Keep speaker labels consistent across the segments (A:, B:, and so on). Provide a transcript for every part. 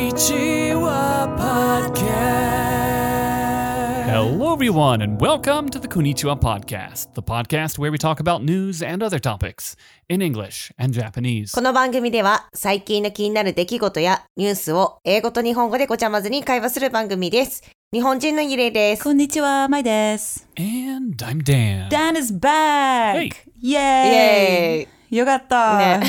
A: Konnichiwa Podcast.
B: Hello, everyone, and welcome to the Konnichiwa Podcast, the podcast where we talk about news and other topics in English and Japanese.
C: この番組では最近の気になる出来事やニュースを英語と日本語でごちゃ混ぜに会話する番組です。日本人のゆれいです。
D: こんにちは、まいです。
B: And I'm Dan.
D: Dan is back!
C: Yay.
D: Yay! よかった、
C: ね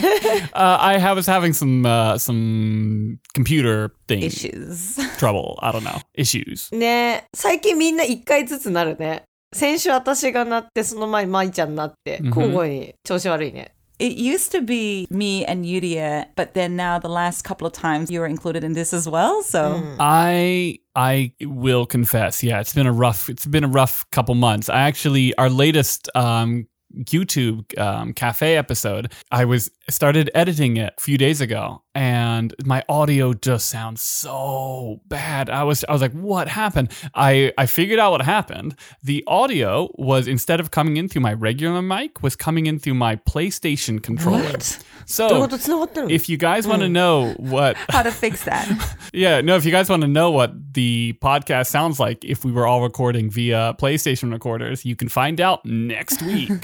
B: Uh, I have- was having some uh, some computer thing
D: Issues.
B: trouble. I don't know issues.
C: ね最近みんな一回ずつなるね。先週私がなって、その前まいちゃんなって、
B: うん
C: 交互に調子悪いね。
D: It used to be me and Yuria, but then now the last couple of times you were included in this as well, so...
B: I I will confess, yeah, it's been a rough it's been a rough couple months. I actually our latest um YouTube um, cafe episode. I was started editing it a few days ago, and my audio just sounds so bad. I was I was like, "What happened?" I I figured out what happened. The audio was instead of coming in through my regular mic, was coming in through my PlayStation controller. So
C: どういうこと繋がってるの
B: if you guys want to know what
D: How to fix that.
B: yeah, no, if you guys want to know what the podcast sounds like if we were all recording via PlayStation recorders, you can find out next week.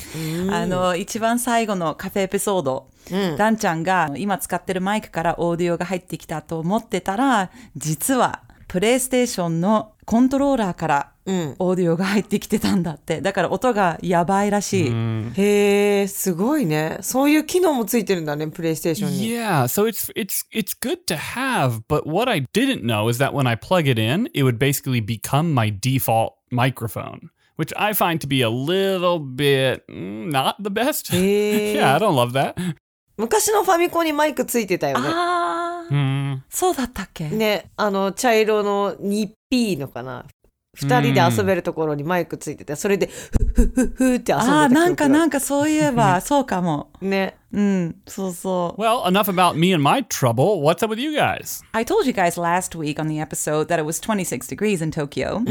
D: あの、一番最後のカフェエピソード。ダンちゃんが今使ってるマイクからオーディオが入ってきたと思ってたら、実はプレイステーションのコントローラーから
C: ん
D: オーディオが入ってきてたんだって。だから音がやばいらしい。
C: へえ、すごいね。そういう機能もついてるんだね、プレイステーションに。
B: yeah, so it's it's it's good to have, but what I didn't know is that when I plug it in, it would basically become my default microphone, which I find to be a little bit mm, not the best.
C: Hey.
B: yeah, I don't love that.
C: 昔のファミコンにマイクついてたよね。
D: ああ、そうだったっけ、
C: ね、あの、茶色の 2P のかな。二人で遊べるところにマイクついてて、それで、ふっふっふっふって遊んでた記憶が
D: あ
C: あ
D: あ、
C: る
D: なんかなんかそういえば、そうかも。
C: ね。
D: うん、そうそう。
B: Well, enough about me and my trouble. What's up with you guys?
D: I told you guys last week on the episode that it was 26 degrees in Tokyo.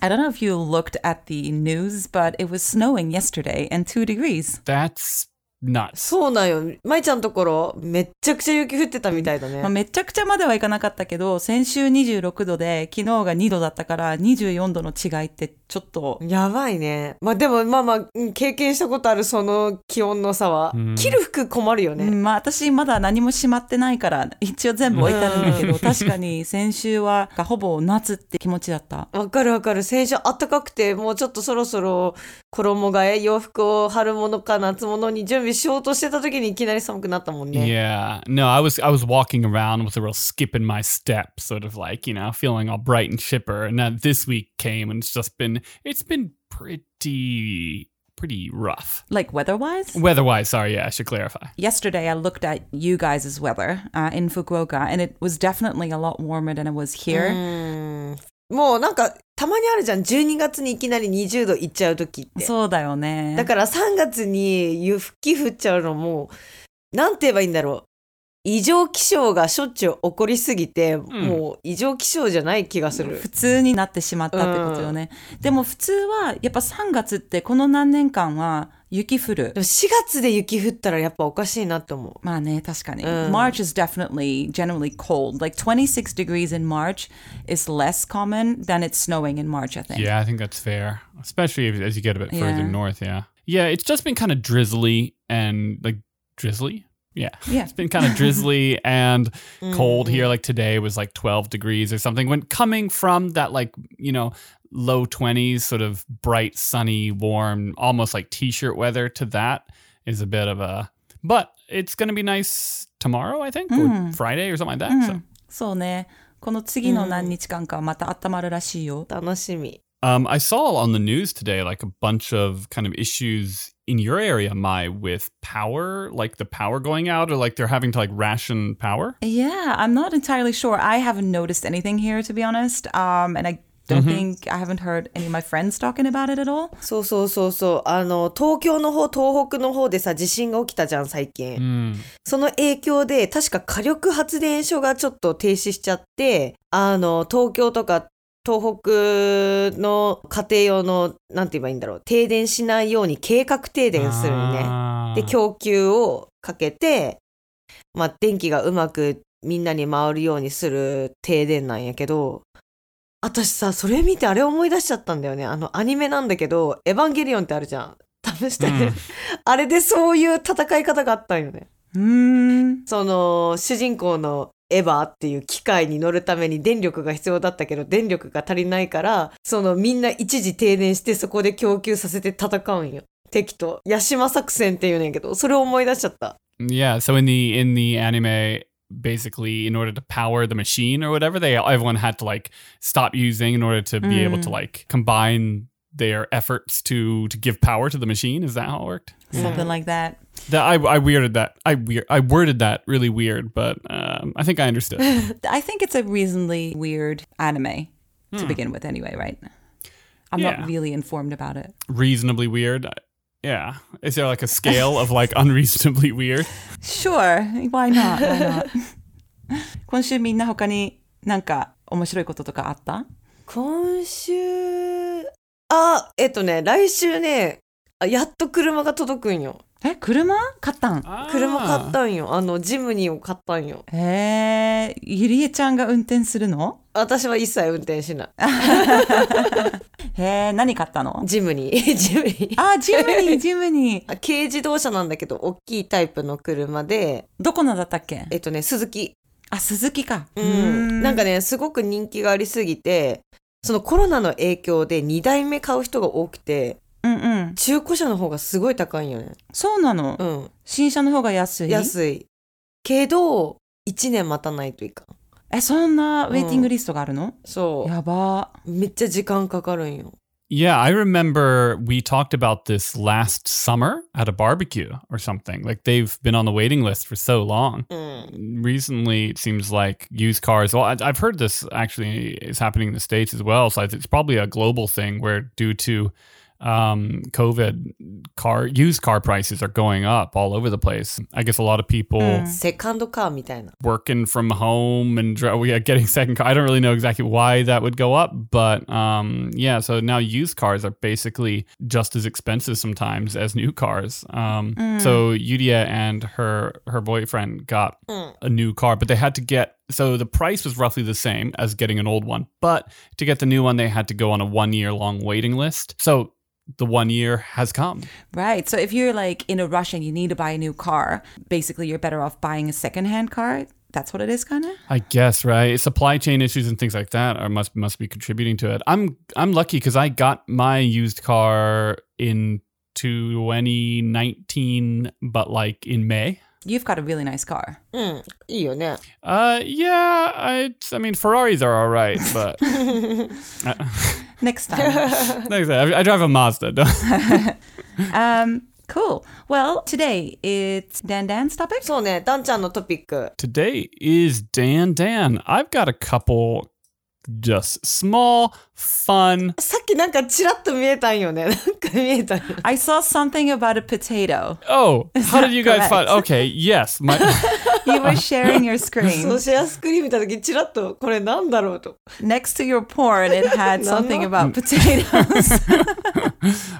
D: I don't know if you looked at the news, but it was snowing yesterday and two degrees.
B: That's nuts.
C: そうなんよ。まいちゃんのところ、めっちゃくちゃ雪降ってたみたいだ
D: ま
C: ね。
D: あ、めちゃくちゃまではいかなかったけど、先週26度で、昨日が2度だったから、24度の違いってちょっと、
C: やばいね。まあでもまあまあ、うん経験したことあるその気温の差は、着る服困るよ
D: う
C: ね。
D: んまあ私まだ何もしまってないから、一応全部置いてあるんだけど、確かに先週はほぼ夏って気持ちだった。
C: わかるわかる。先週暖かくて、もうちょっとそろそろ衣替え、洋服を春物か夏物に準備しようとしてた時にいきなり寒くなったもんね。
B: Yeah. No, I was I was walking around with a real skip in my step, sort of like, you know, feeling all bright and chipper. And then this week came and it's just been it's been pretty pretty rough.
D: Like weather-wise?
B: Weather-wise, sorry, yeah, I should clarify.
D: Yesterday, I looked at you guys' weather uh, in Fukuoka, and it was definitely a lot warmer than it was here.
C: Mm. うんもうなんか、たまにあるじゃん。12月にいきなり20度いっちゃう時って。
D: そうだよね。
C: だから3月に雪降っちゃうのも、なんて言えばいいんだろう。異常気象がしょっちゅう起こりすぎて、もう異常気象じゃない気がする。
D: 普通になってしまったってことよね。でも普通は、やっぱ3月ってこの何年間は雪降る
C: でも。4月で雪降ったらやっぱおかしいなって思
D: まあね、確かに。
C: うん
D: March is definitely generally cold. Like 26 degrees in March is less common than it's snowing in March, I think.
B: Yeah, I think that's fair. Especially if, as you get a bit further
D: Yeah.
B: north, yeah. Yeah, it's just been kind of drizzly and like drizzly? Yeah.
D: Yeah. Mm-hmm.
B: It's been kind of drizzly and cold here. Like today was like 12 degrees or something. When coming from that, like, you know, low 20s, sort of bright, sunny, warm, almost like t shirt weather to that is a bit of a, but it's going to be nice tomorrow, I think,
D: Mm.
B: or Friday or something like that. So.
D: そうね。この次の何日間かまた温まるらしいよ。
C: う。楽しみ。
B: Um, I saw on the news today like a bunch of kind of issues in your area, Mai, with power, like the power going out, or like they're having to like ration power.
D: Yeah, I'm not entirely sure. I haven't noticed anything here, to be honest. Um, and I don't think I haven't heard any of my friends talking about it at all.
C: そうそうそうそう。あの、東京の方、東北の方でさ、地震が起きたじゃん、最近。その影響で、確か火力発電所がちょっと停止しちゃって、あの、東京とか東北の家庭用の、なんて言えばいいんだろう、停電しないように計画停電するのね。
B: Ah.
C: で、供給をかけて、まあ、電気がうまくみんなに回るようにする停電なんやけど、私さ、それ見てあれ思い出しちゃったんだよね。あの、アニメなんだけど、エヴァンゲリオンってあるじゃん。試して、
B: うん
C: あれでそういう戦い方があったんよね。
D: うーん。
C: その、主人公のエヴァっていう機械に乗るために電力が必要だったけど、電力が足りないから、そのみんな一時停電してそこで供給させて戦うんよ。敵と。ヤシマ作戦っていうんやけど、それを思い出しちゃった。
B: Yeah. So in the in the anime, basically, in order to power the machine or whatever, they everyone had to like stop using in order to be able to
D: Mm.
B: like combine their efforts to to give power to the machine. Is that how it worked?
D: Something like that.
B: That I I weirded that I weir- I worded that really weird, but um, I think I understood.
D: I think it's a reasonably weird anime to begin with, anyway, right? I'm
B: Yeah.
D: not really informed about it.
B: Reasonably weird. Yeah. Is there like a scale of like unreasonably weird?
D: Sure, why not? Why not? 今週みんな他になんか面白いこととかあった
C: 今週、あ、えっとね、来週ね、あやっと車が届くんよ。
D: え、車買ったん
C: 車買ったんよ。あの、ジムニーを買ったんよ。
D: えー、ゆりえちゃんが運転するの
C: 私は一切運転しない。
D: へー、何買ったの
C: ジムニー。 ジムニー。
D: あ、ジム ニー、ジムニー。
C: あ軽自動車なんだけど、大きいタイプの車で、
D: どこのだったっけ
C: えっとね、鈴木。
D: あ、鈴木か。
C: う
D: うー
C: ん。なんかね、すごく人気がありすぎて、そのコロナの影響で2台目買う人が多くて、
D: うんうん。
C: 中古車の方がすごい高いんよね。
D: そうなの、
C: うん。
D: 新車の方が安い。
C: 安い。けど、1年待たないといかん。
D: え、そんなウェイティングリストがあるの、
C: そう。
D: やば
C: めっちゃ時間かかるんよ。
B: Yeah, I remember we talked about this last summer at a barbecue or something. Like they've been on the waiting list for so long.
C: うん。
B: Recently, it seems like used cars. Well, I- I've heard this actually is happening in the states as well. So it's probably a global thing where, due to um, COVID, car used car prices are going up all over the place. I guess a lot of people
D: Mm.
C: セカンドカーみたいな。
B: working from home and dri- we are getting second car. I don't really know exactly why that would go up, but um, yeah. So now used cars are basically just as expensive sometimes as new cars. Um, So Yudia and her her boyfriend got
C: Mm.
B: a new car, but they had to get so the price was roughly the same as getting an old one, but to get the new one they had to go on a one year long waiting list. So the one year has come.
D: Right. So if you're like in a rush and you need to buy a new car, basically you're better off buying a secondhand car. That's what it is, kind of.
B: I guess right. Supply chain issues and things like that are must must be contributing to it. I'm I'm lucky because I got my used car in 2019, but like in May.
D: You've got a really nice car.
C: うん。いいよね。
B: Uh, yeah. I I mean Ferraris are all right, but
D: Next time.
B: like I, said, I, I drive a Mazda.
D: um, cool. Well, today it's Dan Dan's topic.
C: そうね、ダンちゃんのトピック。
B: Today is Dan Dan. I've got a couple just small fun.
C: さっきなんかチラッと見えたんよね。なん か見えたんよ。
D: I saw something about a potato.
B: Oh, how
D: that
B: did you guys
D: correct?
B: find? Okay, yes, my.
D: You were sharing your
C: そう
D: screen
C: シェアスクリーン見た時チラッとこれなんだろうと。
D: next to your porn. It had
C: No,
D: something
C: no.
D: about potatoes.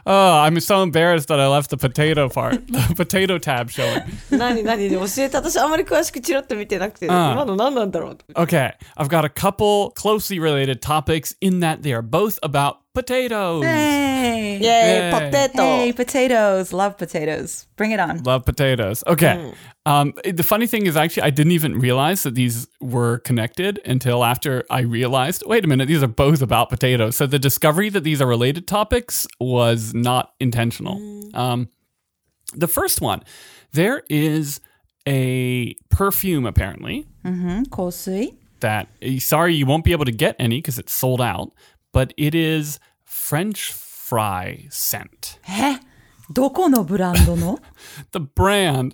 B: Oh, I'm so embarrassed that I left the potato part, the potato tab showing.
C: 何何で教えて私あんまり詳しくチラッと見てなくて、今の何なんだろうと。
B: Okay, I've got a couple closely related topics in that they are both about potatoes.
D: Eh. hey.
C: イェ
B: イェーイ
C: ーイ、ポテト。
D: Hey, potatoes. Love potatoes. Bring it on.
B: Love potatoes. Okay. Um, it- the funny thing is, actually, I didn't even realize that these were connected until after I realized wait a minute, these are both about potatoes. So the discovery that these are related topics was not intentional. Um, the first one there is a perfume, apparently,
D: Mm-hmm. 香水.
B: that eh, sorry you won't be able to get any because it's sold out but it is french fry scent
D: えどこのブランドの
B: the brand
C: なん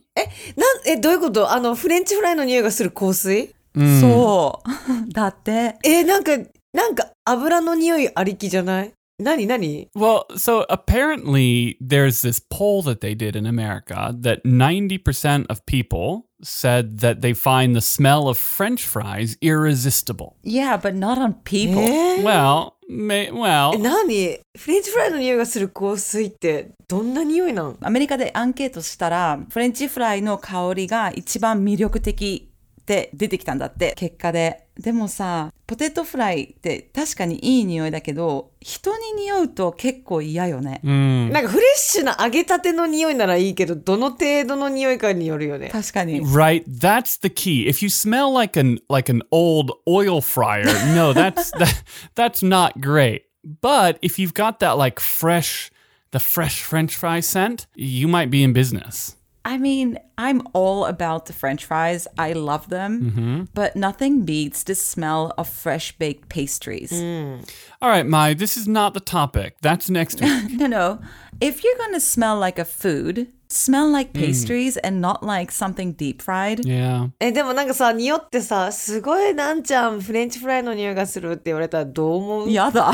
C: え、どういうことあの、フレンチフライの匂いがする香水
D: そう。 だって。
C: えーなんか、なんか油の匂いありきじゃない何何
B: well so apparently there's this poll that they did in america that 90% of people said that they find the smell of french fries irresistible
D: Yeah, but not on
C: え
D: people.
C: ー、
B: well may, well
C: え何フレンチフライの匂いがする香水ってどんな匂いなん
D: アメリカでアンケートしたら、フレンチフライの香りが一番魅力的って出てきたんだって結果ででもさポテトフライって確かにいい匂いだけど人に匂うと結構嫌よね
B: うん
C: なんかフレッシュな揚げたての匂いならいいけど、どの程度の匂いかによるよね。
D: 確かに
B: Right, that's the key. If you smell like an like an old oil fryer, no, that's that, that's not great. But if you've got that like fresh the fresh french fry scent, you might be in business.
D: I mean, I'm all about the french fries. I love them.
B: Mm-hmm.
D: But nothing beats the smell of fresh baked pastries.
B: Mm. All right, Mai, this is not the topic. That's next week.
D: No, no. If you're going to smell like a food, smell like
B: Mm.
D: pastries and not like something deep fried.
B: yeah.
C: え、でもなんかさ、匂ってさ、すごいなんちゃん、フレンチフライの匂いがするって言われたらどう思う
D: Yada.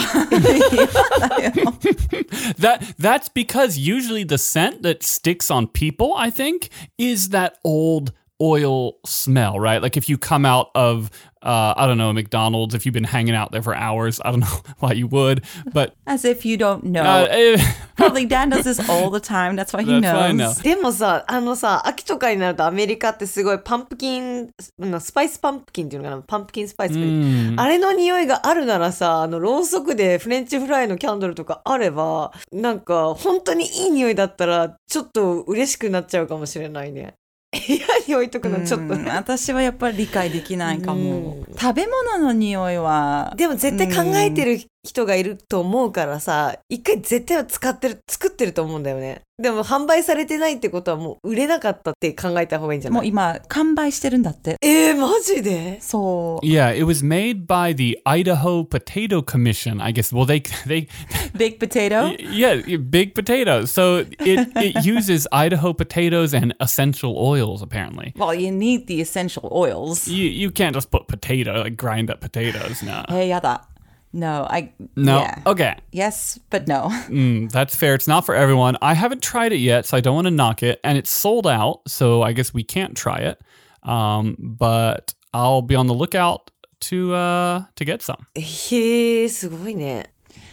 B: That that's because usually the scent that sticks on people, I think, is that old oil smell, right? Like if you come out of uh, I don't know McDonald's, if you've been hanging out there for hours, I don't know why you would, but
D: As if you don't know.
B: uh, eh,
D: Probably Dan does this all the time. That's why Oh, he
B: that's
D: knows.
B: why I know.
C: でもさ、あのさ、秋とかになるとアメリカってすごいパンプキン、なスパイスパンプキンっていうのかな、パンプキンスパイス、
B: Hmm.
D: Uh,
C: あれの匂いがあるならさ、あの、ろうそくでフレンチフライのキャンドルとかあれば、なんか、本当にいい匂いだったら、ちょっと嬉しくなっちゃうかもしれないね。部屋に置いとく のちょっと
D: うん
C: ね。
D: 私はやっぱり理解できないかも。
B: Mm.
D: 食べ物の匂いは。
C: でも絶対考えてる人がいると思うからさ、一回絶対は使ってる、作ってると思うんだよね。でも販売されてないってことはもう売れなかったって考えた方がいいんじゃ
D: も
C: な
D: う
C: い
D: 今、完売してるんだって。
C: えー、マジで
D: そう。
B: Yeah, it was made by the Idaho Potato Commission. I guess. Well, they they
D: Big potato?
B: yeah, big potatoes. So it it uses Idaho potatoes and essential oils apparently.
D: Well, you need the essential oils.
B: You you can't just put potato like grind up potatoes. No,
D: えー、やだ。No, I...
B: no.
D: Yeah.
B: Okay,
D: Yes, but no.
B: Mm, that's fair. It's not for everyone. I haven't tried it yet, so I don't want to knock it. And it's sold out, so I guess we can't try it. Um, but I'll be on the lookout to uh to get some.
C: へえ、すごいね。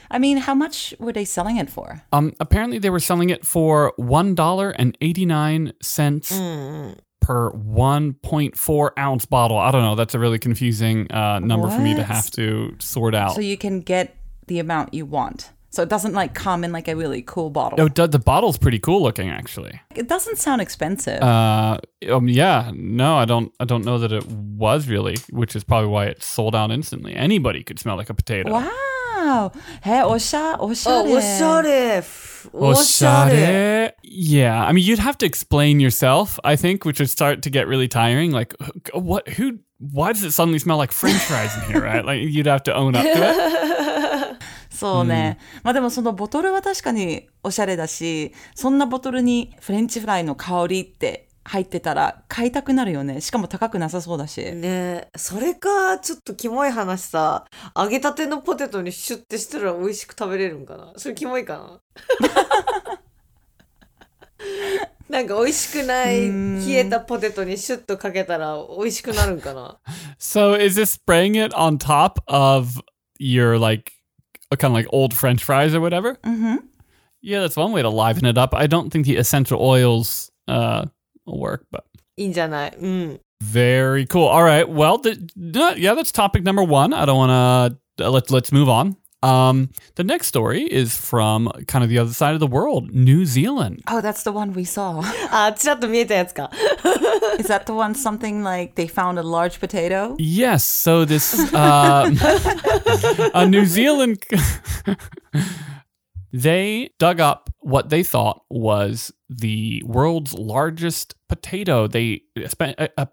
D: I mean, how much were they selling it for?
B: Um, apparently they were selling it for one dollar and eighty nine cents
D: Mm.
B: per one point four ounce bottle. I don't know. That's a really confusing uh, number for me to
D: What?
B: have to sort out.
D: So you can get the amount you want. So it doesn't like come in like a really cool bottle.
B: Oh, d- the bottle's pretty cool looking, actually.
D: It doesn't sound expensive.
B: Uh, um, yeah, no, I don't, I don't know that it was really, which is probably why it sold out instantly. Anybody could smell like a potato.
D: wow. Hey,
C: あ、
D: osha,
C: おしゃ
D: osha.
C: れ。おしゃ
B: Oshare.
C: れ。
B: Yeah, I mean, you'd have to explain yourself, I think, which would start to get really tiring. Like, wh- what? Who? Why does it suddenly smell like French fries in here? Right? Like, you'd have to own up to it.
D: そうね。
B: Hmm.
D: まあでもそのボトルは確かにおしゃれだし、そんなボトルにフレンチフライの香りって入ってたら買いたくなるよね。しかも高くなさそうだし。
C: Mm. ねえ、それか、ちょっとキモい話さ、揚げたてのポテトにシュッてしたら美味しく食べれるんかなそれキモいか ななんか美味しくない冷えたポテトにシュッとかけたら美味しくなるんか な
B: So, is this spraying it on top of your like, kind of like old French fries or whatever? Mm-hmm. Yeah, that's one way to liven it up. I don't think the essential oils uh will work, but
C: いいんじゃないうん。
B: very cool. All right, well, th- no, yeah, that's topic number one. I don't want to let's let's move on. Um, the next story is from kind of the other side of the world, New Zealand.
D: Oh, that's the one we saw.
C: あ、ちらっと見えたやつか。
D: Is that the one something like they found a large potato?
B: Yes, so this um a New Zealand they dug up what they thought was the world's largest potato. They spent uh, uh,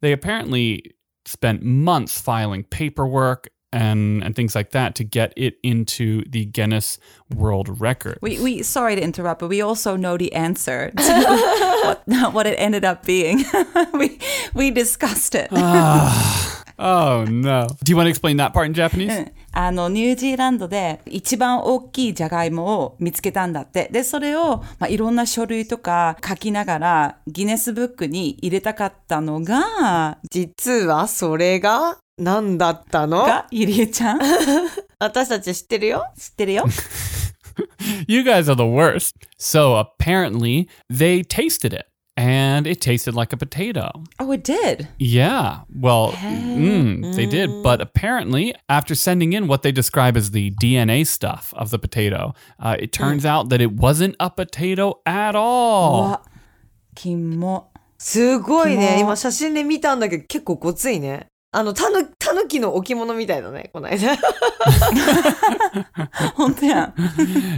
B: they apparently spent months filing paperwork and and things like that to get it into the Guinness World Record.
D: We, we sorry to interrupt, but we also know the answer to what, what it ended up being. we we discussed it.
B: Uh. oh no. Do you want to explain that part in Japanese?
D: あの、ニュージーランドで一番大きいジャガイモを見つけたんだって。で、それを、まあ、いろんな書類とか書きながらギネスブックに入れたかったのが、
C: 実はそれが何だったの
D: が、ゆりえちゃん知
C: 私たち知ってるよ。
D: ってるよ
B: You guys are the worst. So apparently, they tasted it and it tasted like a potato.
D: Oh, it did.
B: Yeah. Well, mm, they did. But apparently, after sending in what they describe as the DNA stuff of the potato, uh, it turns out that it wasn't a potato at all.
D: わ、キモ。
C: すごいね。
D: 肝
C: 今写真で見たんだけど結構ごついね。あの、たぬ、たぬきの置物みたいだね、この間。
D: 本当やん。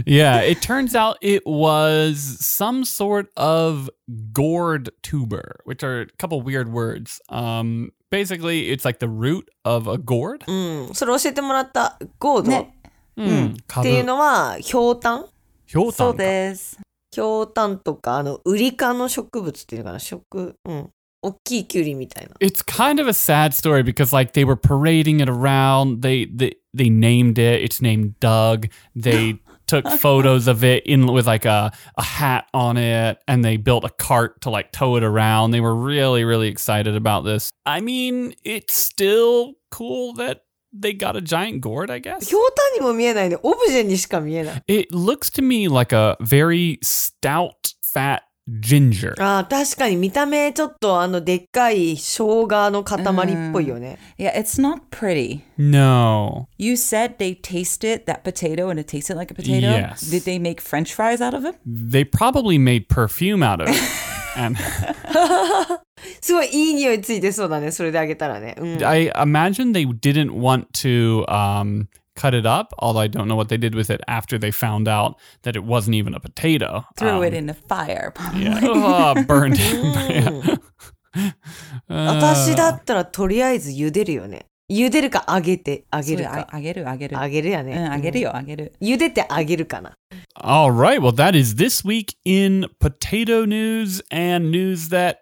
B: Yeah. It turns out it was some sort of gourd tuber, which are a couple weird words. Um, basically, it's like the root of a gourd.
C: うん。それ教えてもらった、ゴードっ
D: ね、
B: Mm.
C: ていうのは、ひょうたん
D: そ
B: Hyotan
D: うです。
C: ひょうたんとか、あの、ウリ科の植物っていうのかな、植、うん。大きいキュウリみたいな。
B: it's kind of a sad story because like they were parading it around they they, they named it it's named doug they took photos of it in with like a, a hat on it and they built a cart to like tow it around they were really really excited about this i mean it's still cool that they got a giant gourd i guess
C: ひょうたんにも見えないね。オブジェにしか見えない。
B: it looks to me like a very stout fat ginger
C: ああ、確かに見た目ちょっとあの、でっかい生姜の塊っぽいよね。
D: Yeah, it's not pretty.
B: no
D: You said they tasted that potato and it tasted like a potato.
B: Yes.
D: Did they make french fries out of it?
B: they probably made perfume out of it and
C: すごいいい匂いついてそうだね。それであげたらね。うん。
B: I imagine they didn't want to um, cut it up, although I don't know what they did with it after they found out that it wasn't even a potato.
D: Threw
B: Um,
D: it in the fire, probably.
B: Yeah. Oh, burned it. Uh,
C: 私だったらとりあえず茹でるよね。茹でるか揚げて、揚げ
D: そ
C: る
D: れあ
C: か。
D: あげるあげる。
C: 揚げるや
D: う
C: ね。
D: ん、あげるよ、あげる。
C: うん。茹でて揚げるかな。
B: all right. Well, that is this week in potato news and news that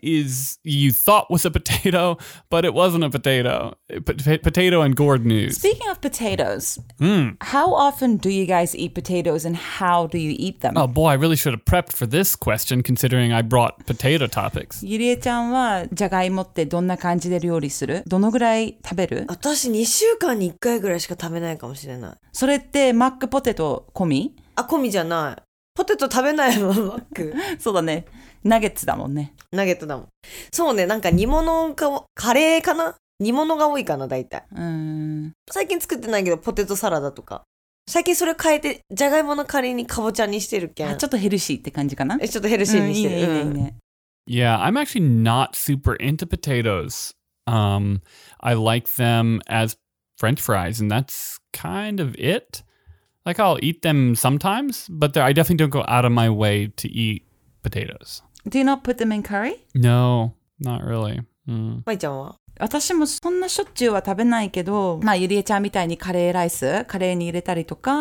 B: is you thought was a potato, but it wasn't a potato. Pot- potato and gourd news.
D: Speaking of potatoes,
B: Mm.
D: how often do you guys eat potatoes and how do you eat them?
B: Oh boy, I really should have prepped for this question considering I brought potato topics.
D: ゆりえちゃんはじゃがいもってどんな感じで料理するどのぐらい食べる
C: 私2週間に1回ぐらいしか食べないかもしれない。
D: それってマックポテト込み
C: あ、込みじゃない。ポテト食べないの、マッ ク。
D: そうだね。ナゲッツだもんね。
C: ナゲットだもん。そうね、なんか煮物か、カレーかな煮物が多いかな、大体。
D: うーん。
C: 最近作ってないけど、ポテトサラダとか。最近それ変えて、じゃがいもの代わりにかぼちゃにしてるけ
D: あ
C: ん。
D: ちょっとヘルシーって感じかな
C: えちょっとヘルシー
D: Mm,
C: にしてる。
D: うんいいねいいねいい
C: うん
D: ね
B: Yeah, I'm actually not super into potatoes. Um, I like them as French fries, and that's kind of it. Like I'll eat them sometimes, but they're- I definitely don't go out of my way to eat potatoes.
D: Do you not put them in curry?
B: No, not really. Mm.
C: まいちゃんは
D: 私もそんなしょっちゅうは食べないけど、まあ、ゆりえちゃんみたいにカレーライス、カレーに入れたりとか、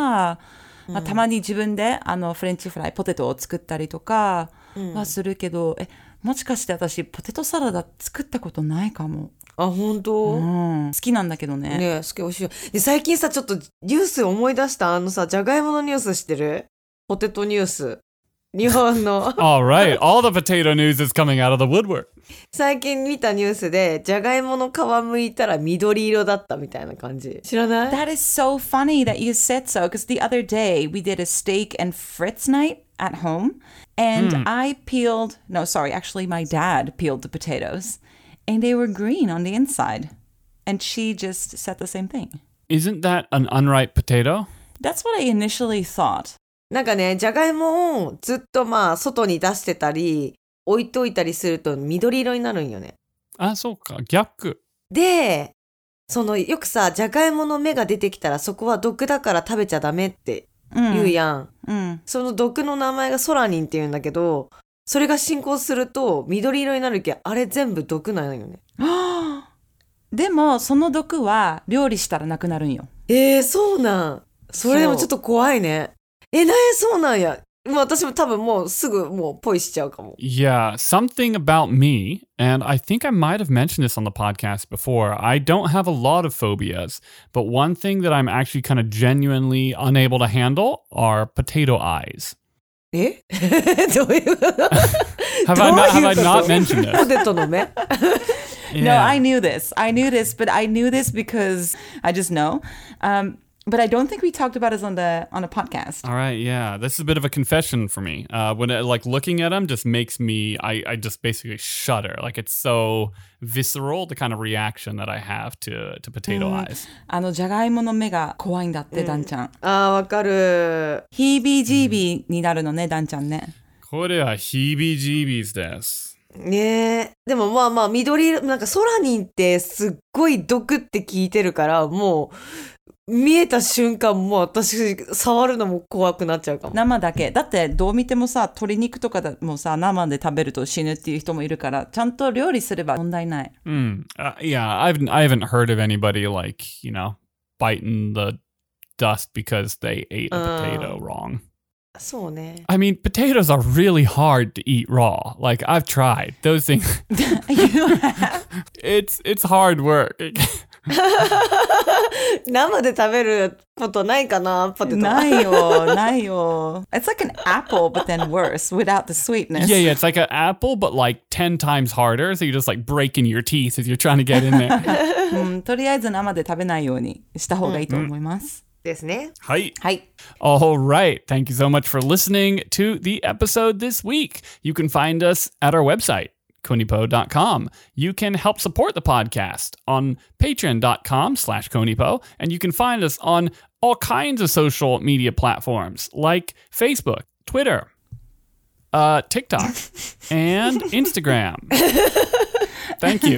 D: まあ、たまに自分であのフレンチフライ、ポテトを作ったりとかはするけど、え、もしかして私、ポテトサラダ作ったことないかも。
C: あ、本当、
D: うん。好きなんだけどね。
C: ねえ、すげえ美味しいよ。で、最近さ、ちょっとニュース思い出した。あのさ、じゃがいものニュース知ってるポテトニュース。日 本の
B: All right, all the potato news is coming out of the woodwork.
C: 最近見たニュースで、じゃがいもの皮むいたら緑色だったみたいな感じ。知らない
D: That is so funny that you said so because the other day we did a steak and fritz night at home and I peeled, no, sorry, actually, my dad peeled the potatoes and they were green on the inside. And she just said the same thing.
B: Isn't that an unripe potato?
D: That's what I initially thought.
C: なんかね、じゃがいもをずっとまあ、外に出してたり、置いといたりすると緑色になるんよね。
B: Ah, so gyaku.
C: で、その、よくさ、じゃがいもの芽が出てきたら、そこは毒だから食べちゃダメって
D: Mm,
C: 言うやん
D: うん。
C: その毒の名前がソラニンって言うんだけど、それが進行すると緑色になるけんあれ全部毒なんよね。
D: でも、その毒は料理したらなくなるんよ。
C: えー、そうなん。それでも
D: そう
C: ちょっと怖いね。え、なえ、そうなんや。もう私も多分もうすぐもうポイしちゃうかも。
B: Yeah, something about me, and I think I might have mentioned this on the podcast before. I don't have a lot of phobias, but one thing that I'm actually kind of genuinely unable to handle are potato eyes.
C: え どういう
B: Have
C: ど
B: I
C: う
B: not, have
C: い
B: I
C: うこ
B: not
C: と
B: mentioned
C: ポ
B: this?
C: テトの芽
D: No,
B: Yeah.
D: I knew this. I knew this, but I knew this because I just know. Um, but I don't think we talked about it on the on a podcast.
B: All right, yeah, this is a bit of a confession for me. Uh, when I, like looking at them just makes me, I, I just basically shudder. Like it's so visceral, the kind of reaction that I have to to potato eyes.
D: あの、じゃがいもの目が怖いんだって、ダンちゃん。
C: あー、わかる。
D: ヒービージービーになるのね、ダンちゃんね。
B: これはヒビジビーです。
C: ねえ。でもまあまあ、緑色、なんかソラニンってすっごい毒って聞いてるから、もう、見えた瞬間、もう私、触るのも怖くなっちゃうかも。
D: 生だけ。だって、どう見てもさ、鶏肉とかでもさ、生で食べると死ぬっていう人もいるから、ちゃんと料理すれば問題ない。
B: Mm. Uh, yeah, I've I haven't heard of anybody like you know biting the dust because they ate a
C: Uh.
B: potato wrong.
C: そうね。
B: I mean, potatoes are really hard to eat raw. Like I've tried those things. it's it's hard work.
C: 生で食べることないかな、ポテト。
D: ないよ、ないよ。It's like an apple, but then worse, without the sweetness.
B: yeah, yeah, it's like an apple, but like ten times harder. So you're just like breaking your teeth as you're trying to get in there.
D: うん、とりあえず生で食べないようにした方がいいと思います。
C: ですね。
B: Hi.
D: はい。
B: All right. Thank you so much for listening to the episode this week. You can find us at our website, konipo.com. You can help support the podcast on patreon.com slash konipo, and you can find us on all kinds of social media platforms like Facebook, Twitter, uh, TikTok, and Instagram. Thank you.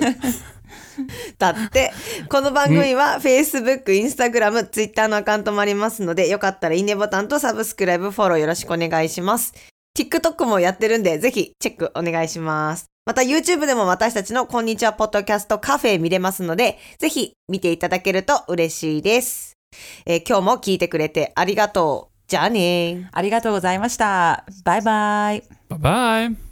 C: だ って、この番組は Facebook、Instagram、Twitter のアカウントもありますので、よかったらいいねボタンとサブスクライブ、フォローよろしくお願いします。TikTok もやってるんで、ぜひチェックお願いします。また YouTube でも私たちのこんにちはポッドキャストカフェ見れますので、ぜひ見ていただけると嬉しいです。えー今日も聞いてくれてありがとう。じゃあねー。
D: ありがとうございました。バイバイ。
B: Bye bye.